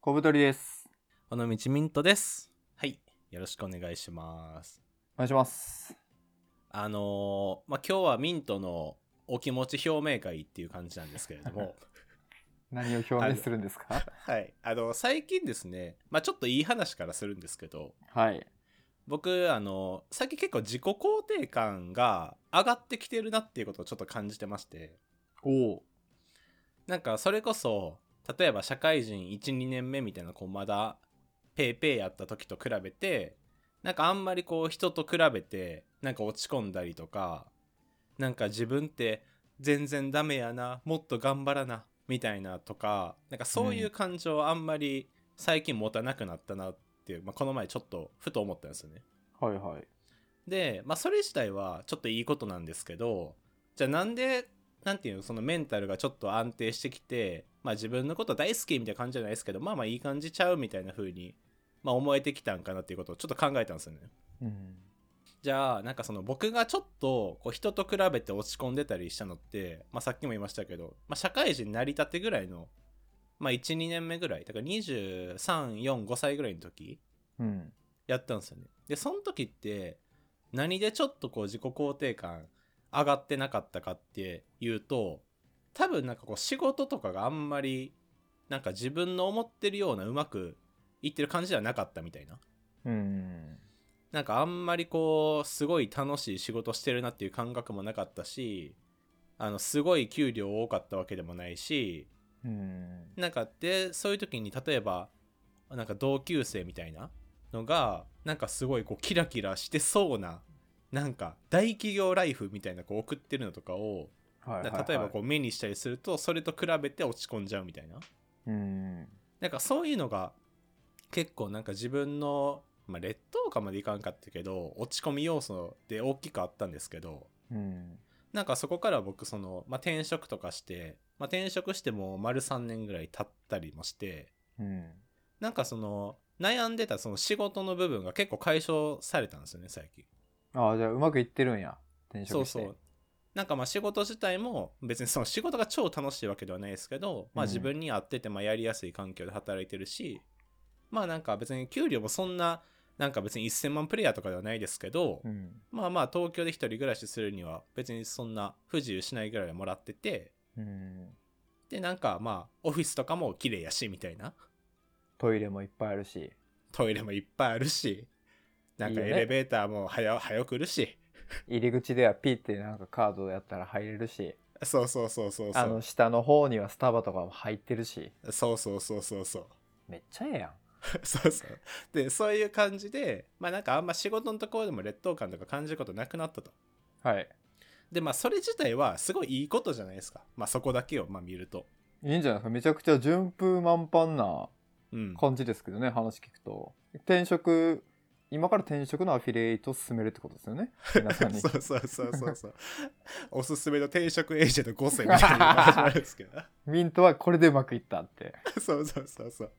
小太りです。尾道ミントです。はい。よろしくお願いします。お願いします。あのーまあ、今日はミントのお気持ち表明会っていう感じなんですけれど も、何を表明するんですかはい。あの、最近ですね、まあ、ちょっといい話からするんですけど、はい。僕、あの、最近結構自己肯定感が上がってきてるなっていうことをちょっと感じてまして、おお。なんかそれこそ例えば社会人12年目みたいなこうまだペーペーやった時と比べてなんかあんまりこう人と比べてなんか落ち込んだりとかなんか自分って全然ダメやなもっと頑張らなみたいなとかなんかそういう感情をあんまり最近持たなくなったなっていう、まあ、この前ちょっとふと思ったんですよね。はいはい。で、まあ、それ自体はちょっといいことなんですけどじゃあなんでなんていうのそのメンタルがちょっと安定してきて、まあ、自分のこと大好きみたいな感じじゃないですけどまあまあいい感じちゃうみたいな風にまあ、思えてきたんかなっていうことをちょっと考えたんですよね。うん。じゃあなんかその僕がちょっとこう人と比べて落ち込んでたりしたのって、まあ、さっきも言いましたけど、まあ、社会人成り立てぐらいの、まあ、12年目ぐらいだから2345歳ぐらいの時うん。やったんですよねでその時って何でちょっとこう自己肯定感上がってなかったかっていうと多分なんかこう仕事とかがあんまりなんか自分の思ってるようなうまくいってる感じではなかったみたいなうん。なんかあんまりこうすごい楽しい仕事してるなっていう感覚もなかったしあのすごい給料多かったわけでもないしうん。なんかでそういう時に例えばなんか同級生みたいなのがなんかすごいこうキラキラしてそうななんか大企業ライフみたいなこう送ってるのとかをはなんか例えばこう目にしたりするとそれと比べて落ち込んじゃうみたいなう。うん。なんかそういうのが結構なんか自分の、まあ、劣等感までいかんかったけど落ち込み要素で大きくあったんですけどうん。なんかそこから僕その、まあ、転職とかして、まあ、転職してもう丸3年ぐらい経ったりもしてうん。なんかその悩んでたその仕事の部分が結構解消されたんですよね最近ああ、じゃあうまくいってるんや。転そう職して。そうなんかまあ仕事自体も別にその仕事が超楽しいわけではないですけど、まあうん自分に合っててまあやりやすい環境で働いてるしまあなんか別に給料もそんななんか別に1000万プレイヤーとかではないですけど、うん。まあまあ東京で一人暮らしするには別にそんな不自由しないぐらいはもらっててうん。でなんかまあオフィスとかも綺麗やしみたいなトイレもいっぱいあるし。トイレもいっぱいあるしなんかいいエよねレベーターも早早来るし入り口ではピッてなんかカードやったら入れるし。そうそうそうそうそあのう下の方にはスタバとかも入ってるし。そうそうそうそうそう めっちゃええやん。そうそうでそういう感じでまあなんかあんま仕事のところでも劣等感とか感じることなくなったとはい。でまあそれ自体はすごいいいことじゃないですかまあそこだけをまあ見るといいんじゃないですか。めちゃくちゃ順風満帆なうん感じですけどね話聞くと転職今から転職のアフィリエイトを進めるってことですよね 皆さんにそうそうそうそ うそうおすすめの転職エージェント5選みたいなのが始まるんですけど ミントはこれでうまくいったってそうそうそうそう。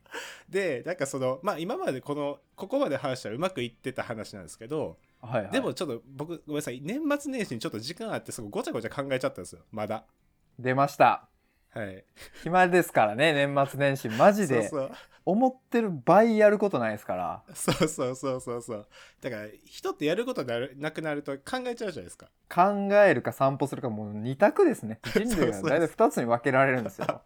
で、なんかその、まあ今までこの、ここまで話したらうまくいってた話なんですけど、はい、はい、でもちょっと僕、ごめんなさい、年末年始にちょっと時間あって、そこごちゃごちゃ考えちゃったんですよ、まだ。出ましたはい。暇ですからね年末年始マジでそう思ってる倍やることないですからそうそうそうそうそうそう。だから、人ってやることなるなくなると考えちゃうじゃないですか。考えるか散歩するかもう2択ですね人類が大体2つに分けられるんですよ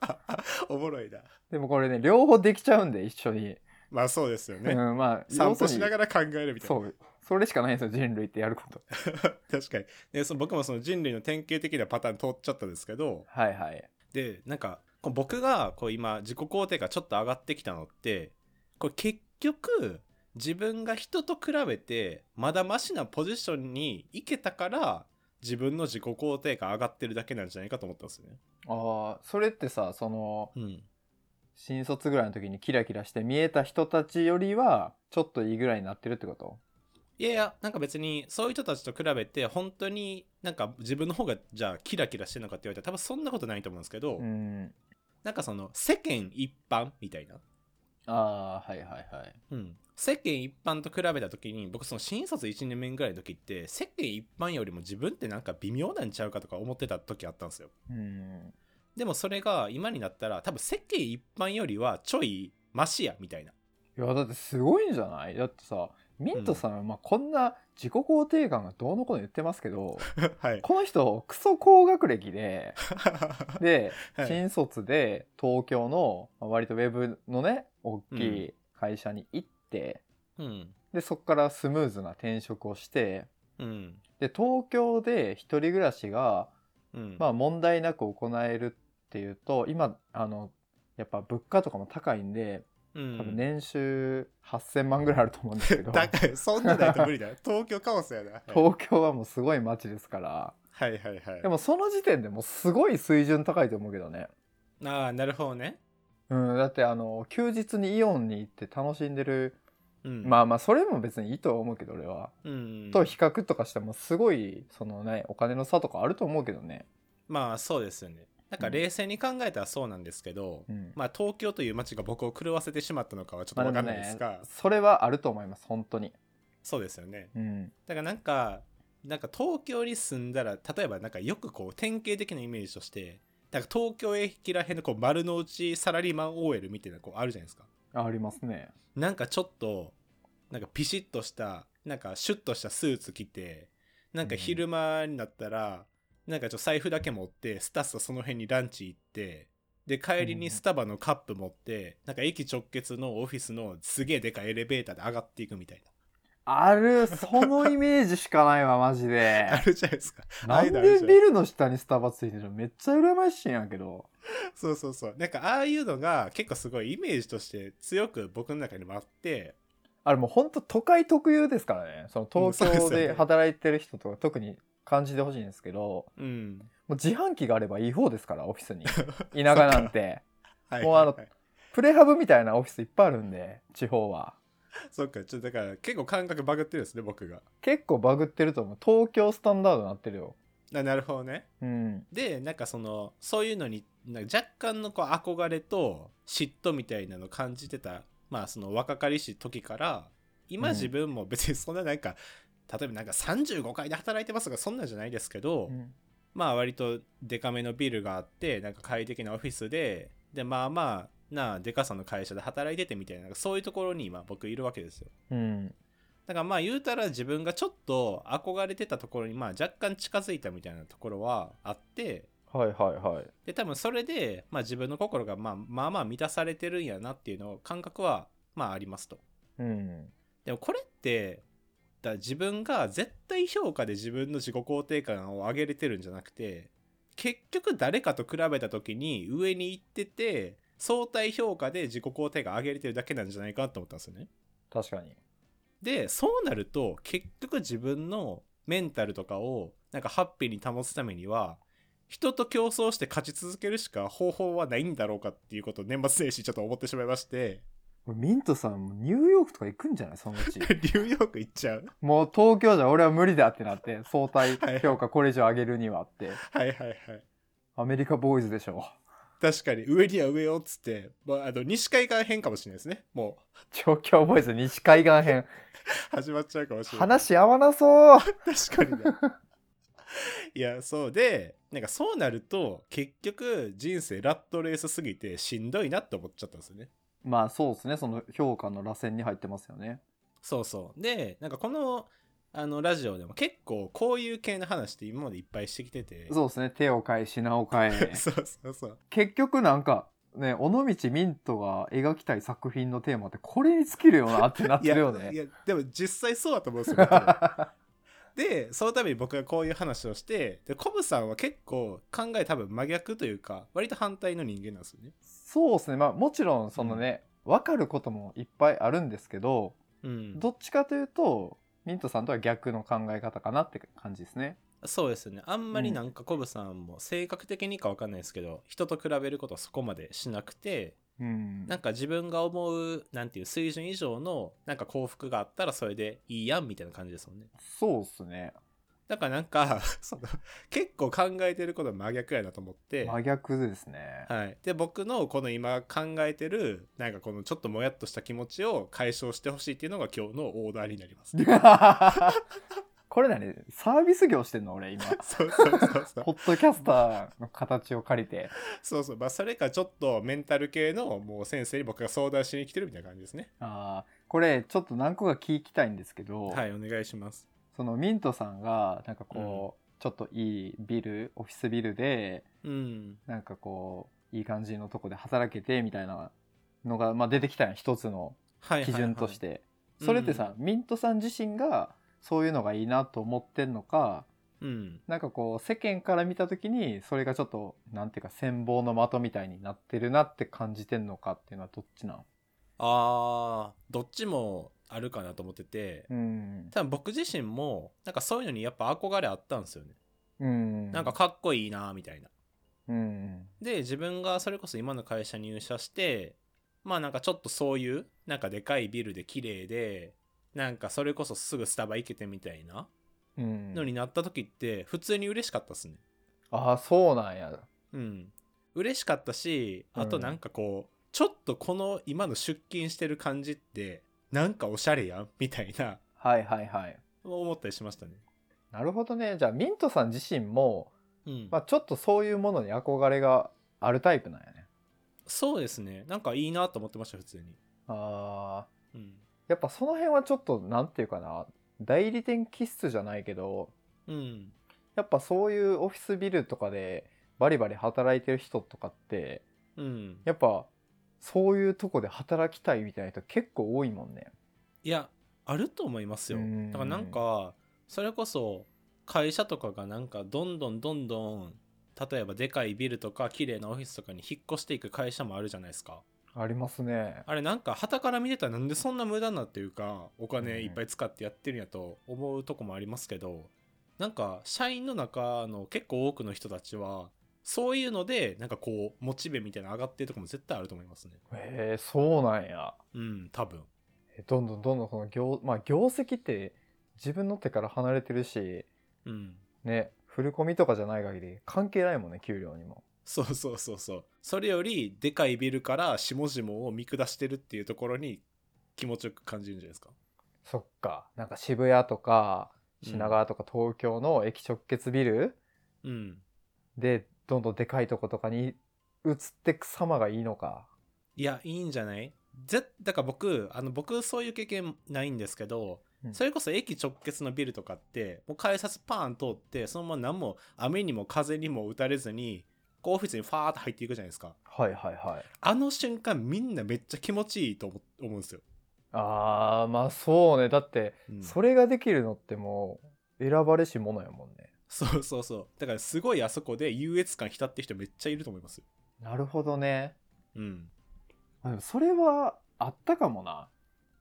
おもろいな。でもこれね両方できちゃうんで一緒に、まあそうですよね。うんまあ散歩しながらら考えるみたいな。そうそれしかないんですよ人類ってやること確かに。でその僕もその人類の典型的なパターン通っちゃったんですけど、はいはいでなんかこう僕がこう今自己肯定がちょっと上がってきたのってこれ結局自分が人と比べてまだマシなポジションに行けたから自分の自己肯定が上がってるだけなんじゃないかと思ったんですよね。ああそれってさそのうん、新卒ぐらいの時にキラキラして見えた人たちよりはちょっといいぐらいになってるってこといやいやなんか別にそういう人たちと比べて本当になんか自分の方がじゃあキラキラしてるのかって言われたら多分そんなことないと思うんですけど、うんなんかその世間一般みたいな、ああはいはいはいうん、世間一般と比べた時に僕その新卒1年目ぐらいの時って世間一般よりも自分ってなんか微妙なんちゃうかとか思ってた時あったんですようんでもそれが今になったら多分世間一般よりはちょいマシやみたいないやだってすごいんじゃないだってさミントさん、まあ、こんな自己肯定感がどうのこうの言ってますけど はいこの人クソ高学歴でで、はい新卒で東京のまあ割とウェブのね大きい会社に行って、うんでそこからスムーズな転職をしてうんで東京で一人暮らしが、うんまあ、問題なく行えるっていうと今あのやっぱ物価とかも高いんでうん多分年収8,000万ぐらいあると思うんですけど東 高いそんなないと無 理だ東京カオスやな、はい、京はもうすごい街ですからはいはいはいでもその時点でもうすごい水準高いと思うけどね。ああなるほどねうん、だってあの休日にイオンに行って楽しんでる、うんまあまあそれも別にいいとは思うけど俺は、うんと比較とかしてもすごいそのねお金の差とかあると思うけどねまあそうですよねなんか冷静に考えたらそうなんですけど、うんまあ東京という街が僕を狂わせてしまったのかはちょっとまあわでかもんないですが、ねそれはあると思います本当にそうですよねうんだからなんかなんか東京に住んだら例えばなんかよくこう典型的なイメージとしてなんか東京駅らへんのこう丸の内サラリーマン OL みたいなこうあるじゃないですかあありますねなんかちょっとなんかピシッとしたなんかシュッとしたスーツ着てなんか昼間になったら、なんかちょっと財布だけ持ってスタスタその辺にランチ行ってで帰りにスタバのカップ持って、なんか駅直結のオフィスのすげえでかいエレベーターで上がっていくみたいあるそのイメージしかないわマジでなあるじゃ ないですかあなあいんうのあるでじゃないビルの下にスタバついてるのめっちゃ羨ましいんやけどそうそうそうなんかああいうのが結構すごいイメージとして強く僕の中にもあってあれもう本当都会特有ですからねその東うんそ京うですよでね働いてる人とか特に感じてほしいんですけど、うんもう自販機があればいい方ですからオフィス に田舎なんてはいもうあはのいはいプレハブみたいなオフィスいっぱいあるんで地方はそっかちょっとだから結構感覚バグってるんですね僕が結構バグってると思う東京スタンダードになってるよあなるほどねうんでなんかそのそういうのになんか若干のこう憧れと嫉妬みたいなの感じてたまあその若かりし時から今うん自分も別にそんななんか、例えばなんか35階で働いてますとかそんなんじゃないですけど、うんまあ割とデカめのビルがあってなんか快適なオフィスででまあまあなあデカさの会社で働いててみたいななんかそういうところに今僕いるわけですようんだからまあ言うたら自分がちょっと憧れてたところにまあ若干近づいたみたいなところはあってはいはいはいで多分それで、まあ、自分の心が、まあ、まあまあ満たされてるんやなっていうのを感覚はまあありますとうんでもこれってだ自分が絶対評価で自分の自己肯定感を上げれてるんじゃなくて結局誰かと比べた時に上に行ってて相対評価で自己肯定感上げれてるだけなんじゃないかなと思ったんですよね確かにでそうなると結局自分のメンタルとかをなんかハッピーに保つためには人と競争して勝ち続けるしか方法はないんだろうかっていうことを年末年始ちょっと思ってしまいまして これミントさんニューヨークとか行くんじゃないそのうちニューヨーク行っちゃうもう東京じゃ俺は無理だってなって相対評価これ以上上げるにはってはいはいはいアメリカボーイズでしょ 確かに上には上をっつって、まあ、あの西海岸編かもしれないですねも調教ボーイズ西海岸編う始まっちゃうかもしれない話合わなそう確かにねいやそうでなんかそうなると結局人生ラットレースすぎてしんどいなって思っちゃったんですよねまあそうですねその評価の螺旋に入ってますよねそうそう。で、なんかこの、あの、ラジオでも結構こういう系の話って今までいっぱいしてきてて。そうですね手を変え品を変え そうそうそう。結局なんかね尾道ミントが描きたい作品のテーマってこれに尽きるよなってなってるよいねや、でも実際そうだと思うんですよ。僕はで、そのために僕がこういう話をして、で、コブさんは結構考え多分真逆というか、割と反対の人間なんですよね。そうですねまあもちろんそのね、分かることもいっぱいあるんですけどうん。どっちかというとミントさんとは逆の考え方かなって感じですねそうですね。あんまりなんかコブさんも性格的にかわかんないですけど、人と比べることはそこまでしなくて、うんなんか自分が思うなんていう水準以上のなんか幸福があったらそれでいいやんみたいな感じですもんねそうですねだからなんか その結構考えてることは真逆やなと思って、真逆ですね、はい、で僕のこの今考えてるなんかこのちょっともやっとした気持ちを解消してほしいっていうのが今日のオーダーになりますな これ何サービス業してんの俺 今。 そうそうそ うそうポッドキャスターの形を借りて。そうそう、まあ、それかちょっとメンタル系のもう先生に僕が相談しに来てるみたいな感じですねあーこれちょっと何個か聞きたいんですけど、はいお願いしますそのミントさんがなんかこう、ちょっといいビルオフィスビルでうんなんかこういい感じのとこで働けてみたいなのが、まあ、出てきたやん一つのはいはいはい基準として、それってさ、ミントさん自身がそういうのがいいなと思ってんのかうんなんかこう世間から見た時にそれがちょっとなんていうか羨望の的みたいになってるなって感じてんのかっていうのはどっちなんあーどっちもあるかなと思ってて、うん、多分僕自身もなんかそういうのにやっぱ憧れあったんですよね、うん、なんかかっこいいなみたいなうんで自分がそれこそ今の会社に入社してまあなんかちょっとそういうなんかでかいビルで綺麗でなんかそれこそすぐスタバ行けてみたいなうんのになった時って普通に嬉しかったっすねああそうなんやうん嬉しかったしうんあとなんかこう、ちょっとこの今の出勤してる感じってなんかおしゃれやんみたいなはいはいはい思ったりしましたねなるほどねじゃあミントさん自身も、うん、まあ、ちょっとそういうものに憧れがあるタイプなんやねそうですねなんかいいなと思ってました普通にあーうんやっぱその辺はちょっとなんていうかな代理店気質じゃないけどうんやっぱそういうオフィスビルとかでバリバリ働いてる人とかってうんやっぱそういうとこで働きたいみたいな人結構多いもんね。いやあると思いますようんだからなんかそれこそ会社とかがなんかどんどんどんどん例えばでかいビルとか綺麗なオフィスとかに引っ越していく会社もあるじゃないですかありますね。あれなんか旗から見てたらなんでそんな無駄なっていうかお金いっぱい使ってやってるんやと思うとこもありますけどなんか社員の中の結構多くの人たちはそういうのでなんかこうモチベみたいなの上がってるとこも絶対あると思いますねへえそうなんや。うん多分えどんどんどんどんその業,、まあ、業績って自分の手から離れてるしうんね振り込みとかじゃない限り関係ないもんね給料にも。そうそうそうそうそれよりでかいビルから下々を見下してるっていうところに気持ちよく感じるんじゃないですかそっかなんか渋谷とか品川とか東京の駅直結ビルうんでどんどんでかいとことかに移ってく様がいいのか。いやいいんじゃないぜだから僕あの僕そういう経験ないんですけど、うんそれこそ駅直結のビルとかってもう改札パーン通ってそのまま何も雨にも風にも打たれずにこうオフィスにファーッと入っていくじゃないですかはいはいはい。あの瞬間みんなめっちゃ気持ちいいと思思うんですよ、あーまあそうねだってうんそれができるのってもう選ばれし者やもんね。そうそうそうだからすごいあそこで優越感浸ってる人めっちゃいると思いますよなるほどね。うんあでもそれはあったかもな。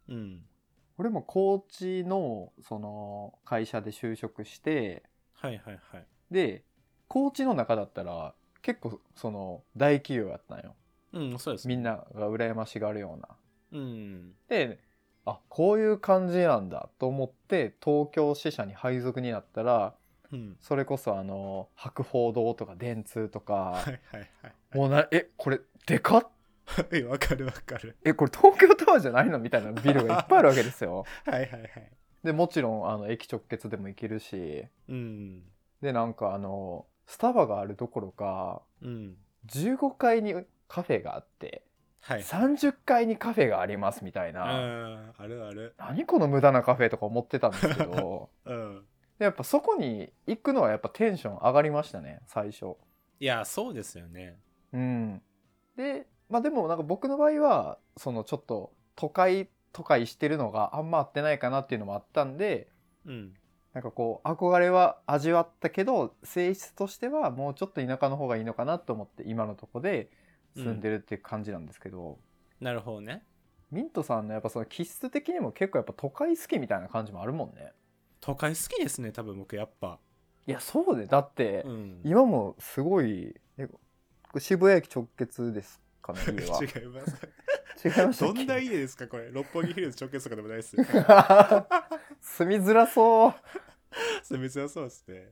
うん俺も高知のその会社で就職してはいはいはい。で高知の中だったら結構その大企業やったんようん、そうです。みんなが羨ましがるようなうん。であこういう感じなんだと思って東京支社に配属になったらうん。それこそあの博報堂とか電通とはかいはいはい。 もうなえこれでかっはい、わかるわかる。えこれ東京タワーじゃないのみたいなビルがいっぱいあるわけです よはいはいはい。でもちろんあの駅直結でも行けるしうん。でなんかあのスタバがあるどころかうん。 15階にカフェがあって、はい。 30階にカフェがありますみたいうん。な、あるある。何この無駄なカフェとか思ってたんですけどうん。でやっぱそこに行くのはやっぱテンション上がりましたね最初。いや、そうですよね。うん、でまあでもなんか僕の場合はそのちょっと都会都会してるのがあんま合ってないかなっていうのもあったんでうん。なんかこう憧れは味わったけど性質としてはもうちょっと田舎の方がいいのかなと思って今のとこで住んでるっていう感じなんですけど、なるほどね。ミントさんのやっぱその気質的にも結構やっぱ都会好きみたいな感じもあるもんね都会好きですね、多分僕やっぱ。いやそうでだってうん。今もすごいえこれ渋谷駅直結ですか ね違家は違いいます。ましたっどけんな家ですか、これ。六本木ヒルズ直結とかでもないですよ。 住みづらそうそう別にそうですね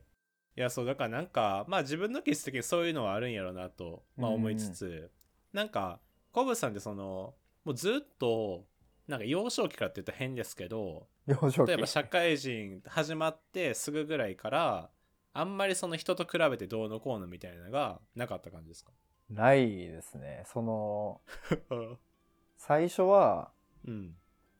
いやそうだからなんかまあ自分の気質的にそういうのはあるんやろうなと、まあ、思いつつ、なんかコブさんってそのもうずっとなんか幼少期からって言ったら変ですけど幼少期例えば社会人始まってすぐぐらいからあんまりその人と比べてどうのこうのみたいなのがなかった感じですかないですねそのう最初は、ん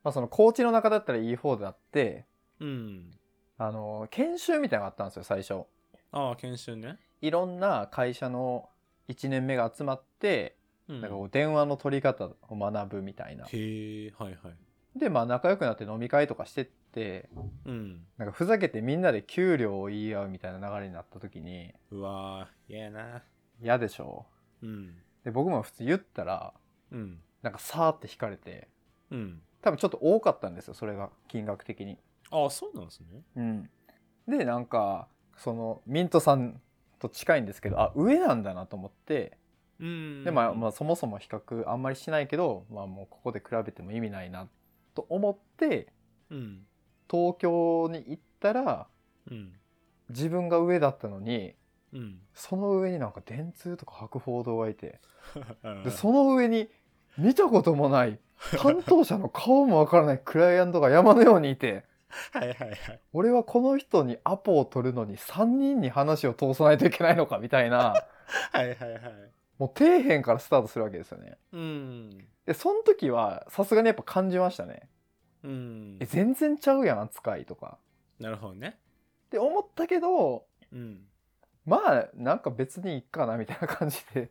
まあ、その高知の中だったらいい方であってうんあの研修みたいなのがあったんですよ最初ああ研修ねいろんな会社の1年目が集まってうんなんかこう電話の取り方を学ぶみたいな、へえはいはいでまあ仲良くなって飲み会とかしてってうんなんかふざけてみんなで給料を言い合うみたいな流れになった時にうわー嫌やな嫌でしょうんで僕も普通言ったらうんなんかさーって引かれてうん多分ちょっと多かったんですよそれが金額的にああそうなんですねうんでなんかそのミントさんと近いんですけどあ上なんだなと思ってうんでまあ、まあ、そもそも比較あんまりしないけど、まあ、もうここで比べても意味ないなと思ってうん東京に行ったらうん自分が上だったのにうんその上になんか電通とか博報堂がいてでその上に見たこともない担当者の顔もわからないクライアントが山のようにいて はいはいはい俺はこの人にアポを取るのに3人に話を通さないといけないのかみたいな はいはいはいもう底辺からスタートするわけですよね。うんでその時はさすがにやっぱ感じましたね。うんえ全然ちゃうやん扱いとか。なるほどねって思ったけどうんまあなんか別にいっかなみたいな感じで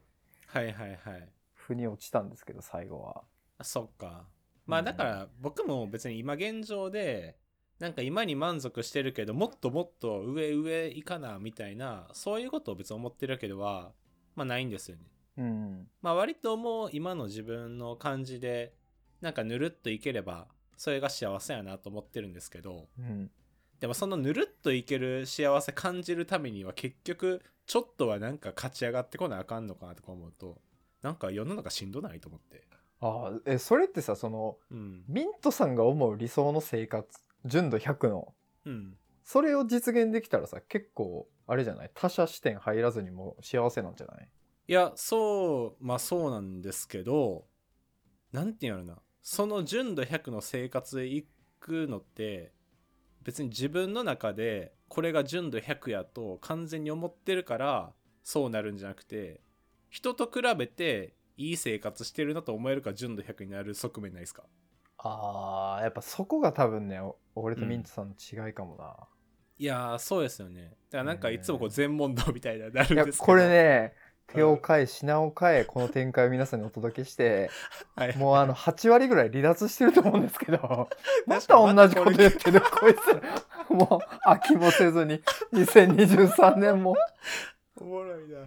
はいはいはい腑に落ちたんですけど最後は。あそっかまあだから僕も別に今現状でなんか今に満足してるけどもっともっと上上いかなみたいなそういうことを別に思ってるわけではまあないんですよねうん、まあ割ともう今の自分の感じでなんかぬるっといければそれが幸せやなと思ってるんですけどうん、でもそのぬるっといける幸せ感じるためには結局ちょっとはなんか勝ち上がってこなあかんのかなとか思うとなんか世の中しんどないと思ってああえそれってさそのうんミントさんが思う理想の生活純度100のうんそれを実現できたらさ結構あれじゃない他者視点入らずにもう幸せなんじゃないいやそうまあそうなんですけどなんて言うのなその純度100の生活へ行くのって別に自分の中でこれが純度100やと完全に思ってるからそうなるんじゃなくて人と比べていい生活してるなと思えるから純度100になる側面ないですかあーやっぱそこが多分ねお俺とミントさんの違いかもな、いやーそうですよねだからなんかうんいつもこう全問答みたいななるんいやですけどこれねうん手を変え品を変えこの展開を皆さんにお届けしてはいもうあの8割ぐらい離脱してると思うんですけ どま確かにた同じこと言ってるこいつもう飽きもせずに2023年もおもろいな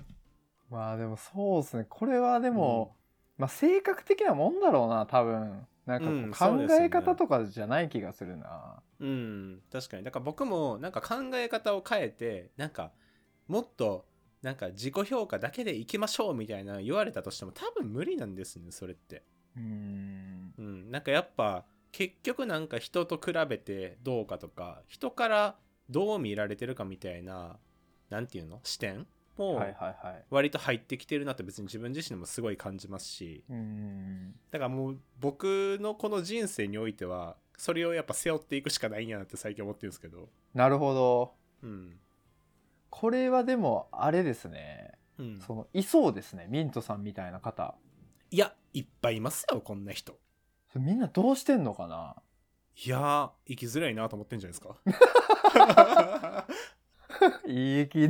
まあでもそうですねこれはでも、まあ性格的なもんだろうな多分なんうかんこそううで考すよえね方とかじゃない気がするな、うん確かにだから僕もなんか考え方を変えてなんかもっとなんか自己評価だけでいきましょうみたいな言われたとしても多分無理なんですねそれってうーんうんなんかやっぱ結局なんか人と比べてどうかとか人からどう見られてるかみたいななんていうの視点もはいはいはい割と入ってきてるなって別に自分自身でもすごい感じますしうーんだからもう僕のこの人生においてはそれをやっぱ背負っていくしかないんやなって最近思ってるんですけどなるほどうんこれはでもあれですねうんそのいそうですねミントさんみたいな方いや、いっぱいいますよ、こんな人。それみんなどうしてんのかないやー、生きづらいなと思ってんじゃないですか。 生き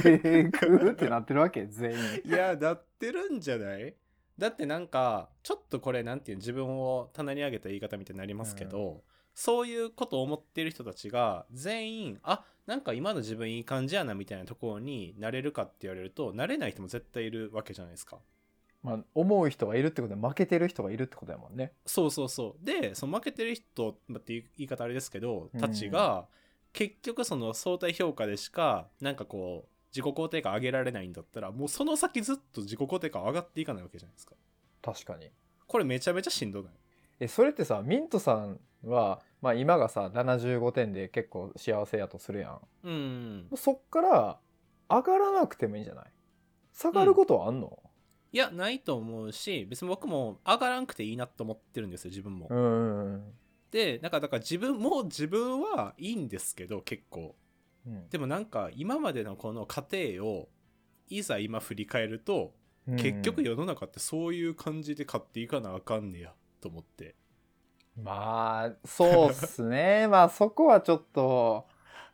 てくってなってるわけ全員いや、なってるんじゃないだってなんか、ちょっとこれ、なんていうの自分を棚に上げた言い方みたいになりますけど、そういうことを思ってる人たちが、全員、あなんか今の自分いい感じやなみたいなところになれるかって言われると、なれない人も絶対いるわけじゃないですか。まあ思う人がいるってことは負けてる人がいるってことだもんねそうそうそうでその負けてる人まあっていう言い方あれですけどうんたちが結局その相対評価でしかなんかこう自己肯定感上げられないんだったらもうその先ずっと自己肯定感上がっていかないわけじゃないですか確かにこれめちゃめちゃしんどないえそれってさミントさんは、まあ、今がさ75点で結構幸せやとするやんうんそっから上がらなくてもいいんじゃない下がることはあんの、いやないと思うし別に僕も上がらんくていいなと思ってるんですよ自分も、うんうんでなんかだから自分も自分はいいんですけど結構うんでもなんか今までのこの過程をいざ今振り返ると、うん結局世の中ってそういう感じで買っていかなあかんねやと思ってまあそうっすね まあそこはちょっと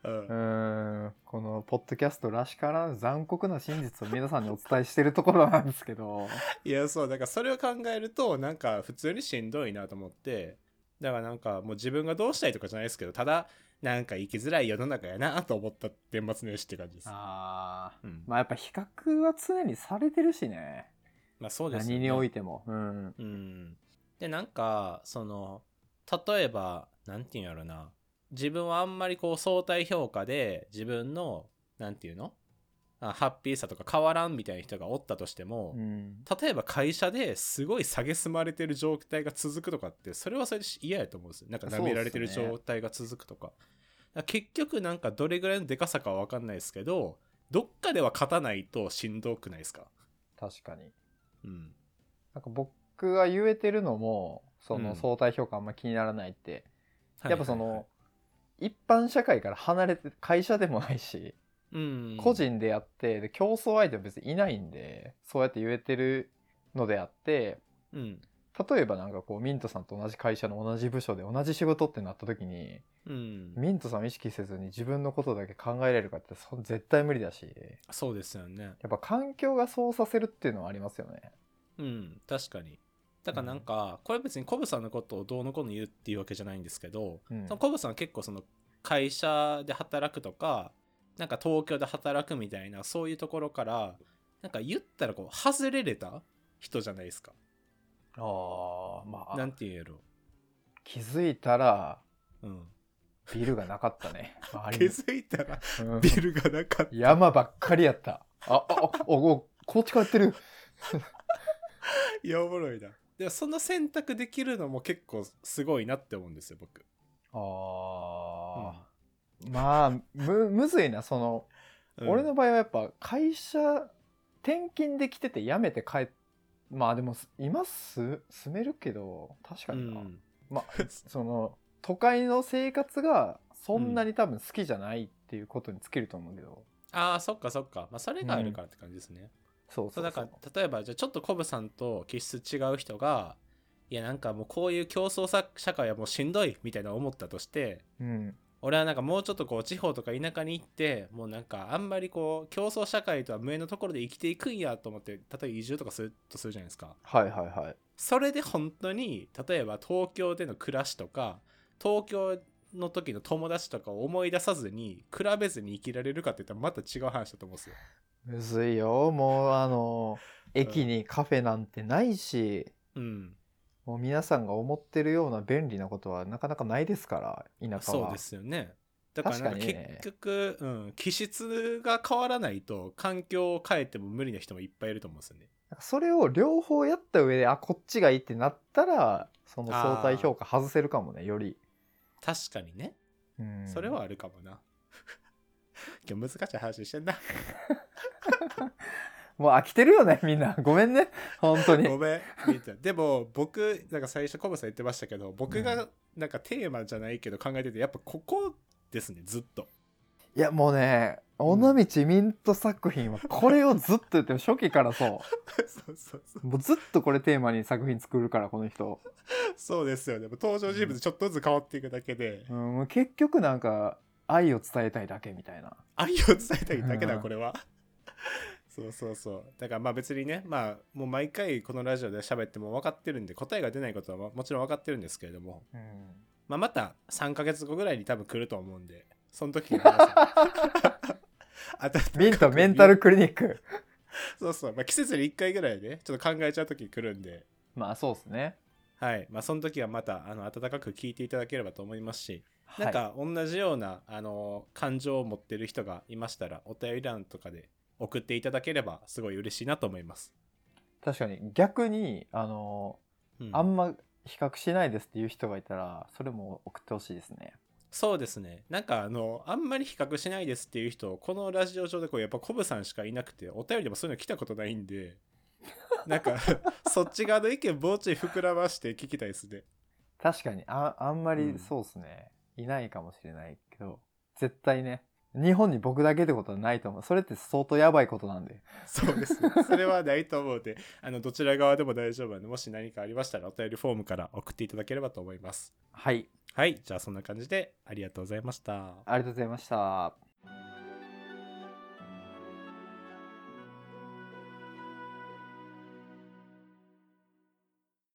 うんうーんこのポッドキャストらしからぬ残酷な真実を皆さんにお伝えしてるところなんですけどいやそうだからそれを考えるとなんか普通にしんどいなと思ってだからなんかもう自分がどうしたいとかじゃないですけどただなんか生きづらい世の中やなと思った年末年始って感じです、あーうん、ままあやっぱ比較は常にされてるしねあそうですよね何においてもうんうんでなんかその例えばなんていうんやろな自分はあんまりこう相対評価で自分のなんていうのあハッピーさとか変わらんみたいな人がおったとしても、うん例えば会社ですごい蔑まれてる状態が続くとかってそれはそれで嫌やと思うんですよなんか舐められてるそうっすね状態が続くとかだから結局なんかどれぐらいのでかさかは分かんないですけどどっかでは勝たないとしんどくないですか確かにうんなんか僕が言えてるのもそうんの相対評価あんま気にならないって、やっぱその、はいはい一般社会から離れて会社でもないし、はいうん個人でやってで競争相手も別にいないんでそうやって言えてるのであってうん例えばなんかこうミントさんと同じ会社の同じ部署で同じ仕事ってなった時にうんミントさんを意識せずに自分のことだけ考えれるかってそ絶対無理だしそうですよねやっぱ環境がそうさせるっていうのはありますよね。うん確かにだからなんか、これ別にコブさんのことをどうのこうの言うっていうわけじゃないんですけど、うんそのコブさんは結構その会社で働くとかなんか東京で働くみたいなそういうところからなんか言ったらこう外れれた人じゃないですかああまあなんて言うやろ気づいたらうん、ビルがなかったね周気りにづいたらうんビルがなかった山ばっかりやったあああおおこっち帰ってるいやおもろいなでもその選択できるのも結構すごいなって思うんですよ僕あー、まあむむずいなその、うん俺の場合はやっぱ会社転勤できてて辞めて帰っまあでもす今す住めるけど確かうにな、んまあその都会の生活がそんなに多分好きじゃないっていうことにつけると思うけど、ああそっかそっか、まあ、それがあるからって感じですね、そうそそううだそかうら例えばじゃあちょっとコブさんと気質違う人がいやなんかもうこういう競争さ社会はもうしんどいみたいな思ったとしてうん俺はなんかもうちょっとこう地方とか田舎に行ってもうなんかあんまりこう競争社会とは無縁のところで生きていくんやと思って例えば移住とかするとするじゃないですかはいはいはいそれで本当に例えば東京での暮らしとか東京の時の友達とかを思い出さずに比べずに生きられるかって言ったらまた違う話だと思うんですよむずいよもうあの駅にカフェなんてないし、うんもう皆さんが思ってるような便利なことはなかなかないですから田舎はそうですよねだからなんか確かにね結局、うん、気質が変わらないと環境を変えても無理な人もいっぱいいると思うんですよねなんかそれを両方やった上であこっちがいいってなったらその相対評価外せるかもねより、確かにねうんそれはあるかもな、 今日難しい話してんなもう飽きてるよねみんなごめんね本当 ごにめんみーちゃんでも僕なんか最初コブさん言ってましたけど僕うがなんかテーマじゃないけど考えててやっぱここですねずっと いやもうね尾道ミント作品はこれをずっと言ってる初期からそそうそうそううもうずっとこれテーマに作品作るからこの人、そうですよねもう登場人物ちょっとずつ変わっていくだけで、うん、もう結局なんか愛を伝えたいだけみたいな愛を伝えたいだけだ、うんこれは。そうそうそう。だからまあ別にね、まあもう毎回このラジオで喋っても分かってるんで、答えが出ないことはももちろん分かってるんですけれども、 うんまあまた3ヶ月後ぐらいに多分来ると思うんで、その時に皆 さん温かくミントメンタル見クリニックそうそう、まあ、季節に1回ぐらいね、ちょっと考えちゃう時に来るんで、まあそうですねはい。まあその時はまた、あの、温かく聞いていただければと思いますし、なんはいか同じような、あの感情を持ってる人がいましたらお便り欄とかで送っていただければすごい嬉しいなと思います。確かに逆にあのうんあんま比較しないですっていう人がいたらそれも送ってほしいですねそうですねなんかあのあんまり比較しないですっていう人このラジオ上でこうやっぱコブさんしかいなくてお便りでもそういうの来たことないんでなんかそっち側の意見もうちょい膨らまして聞きたいですね確かにああんまうりんそうっすね、いないかもしれないけど絶対ね日本に僕だけってことはないと思うそれって相当やばいことなんでそうですねそれはないと思うのであのどちら側でも大丈夫なのでもし何かありましたらお便りフォームから送っていただければと思いますはいはいじゃあそんな感じでありがとうございましたありがとうございました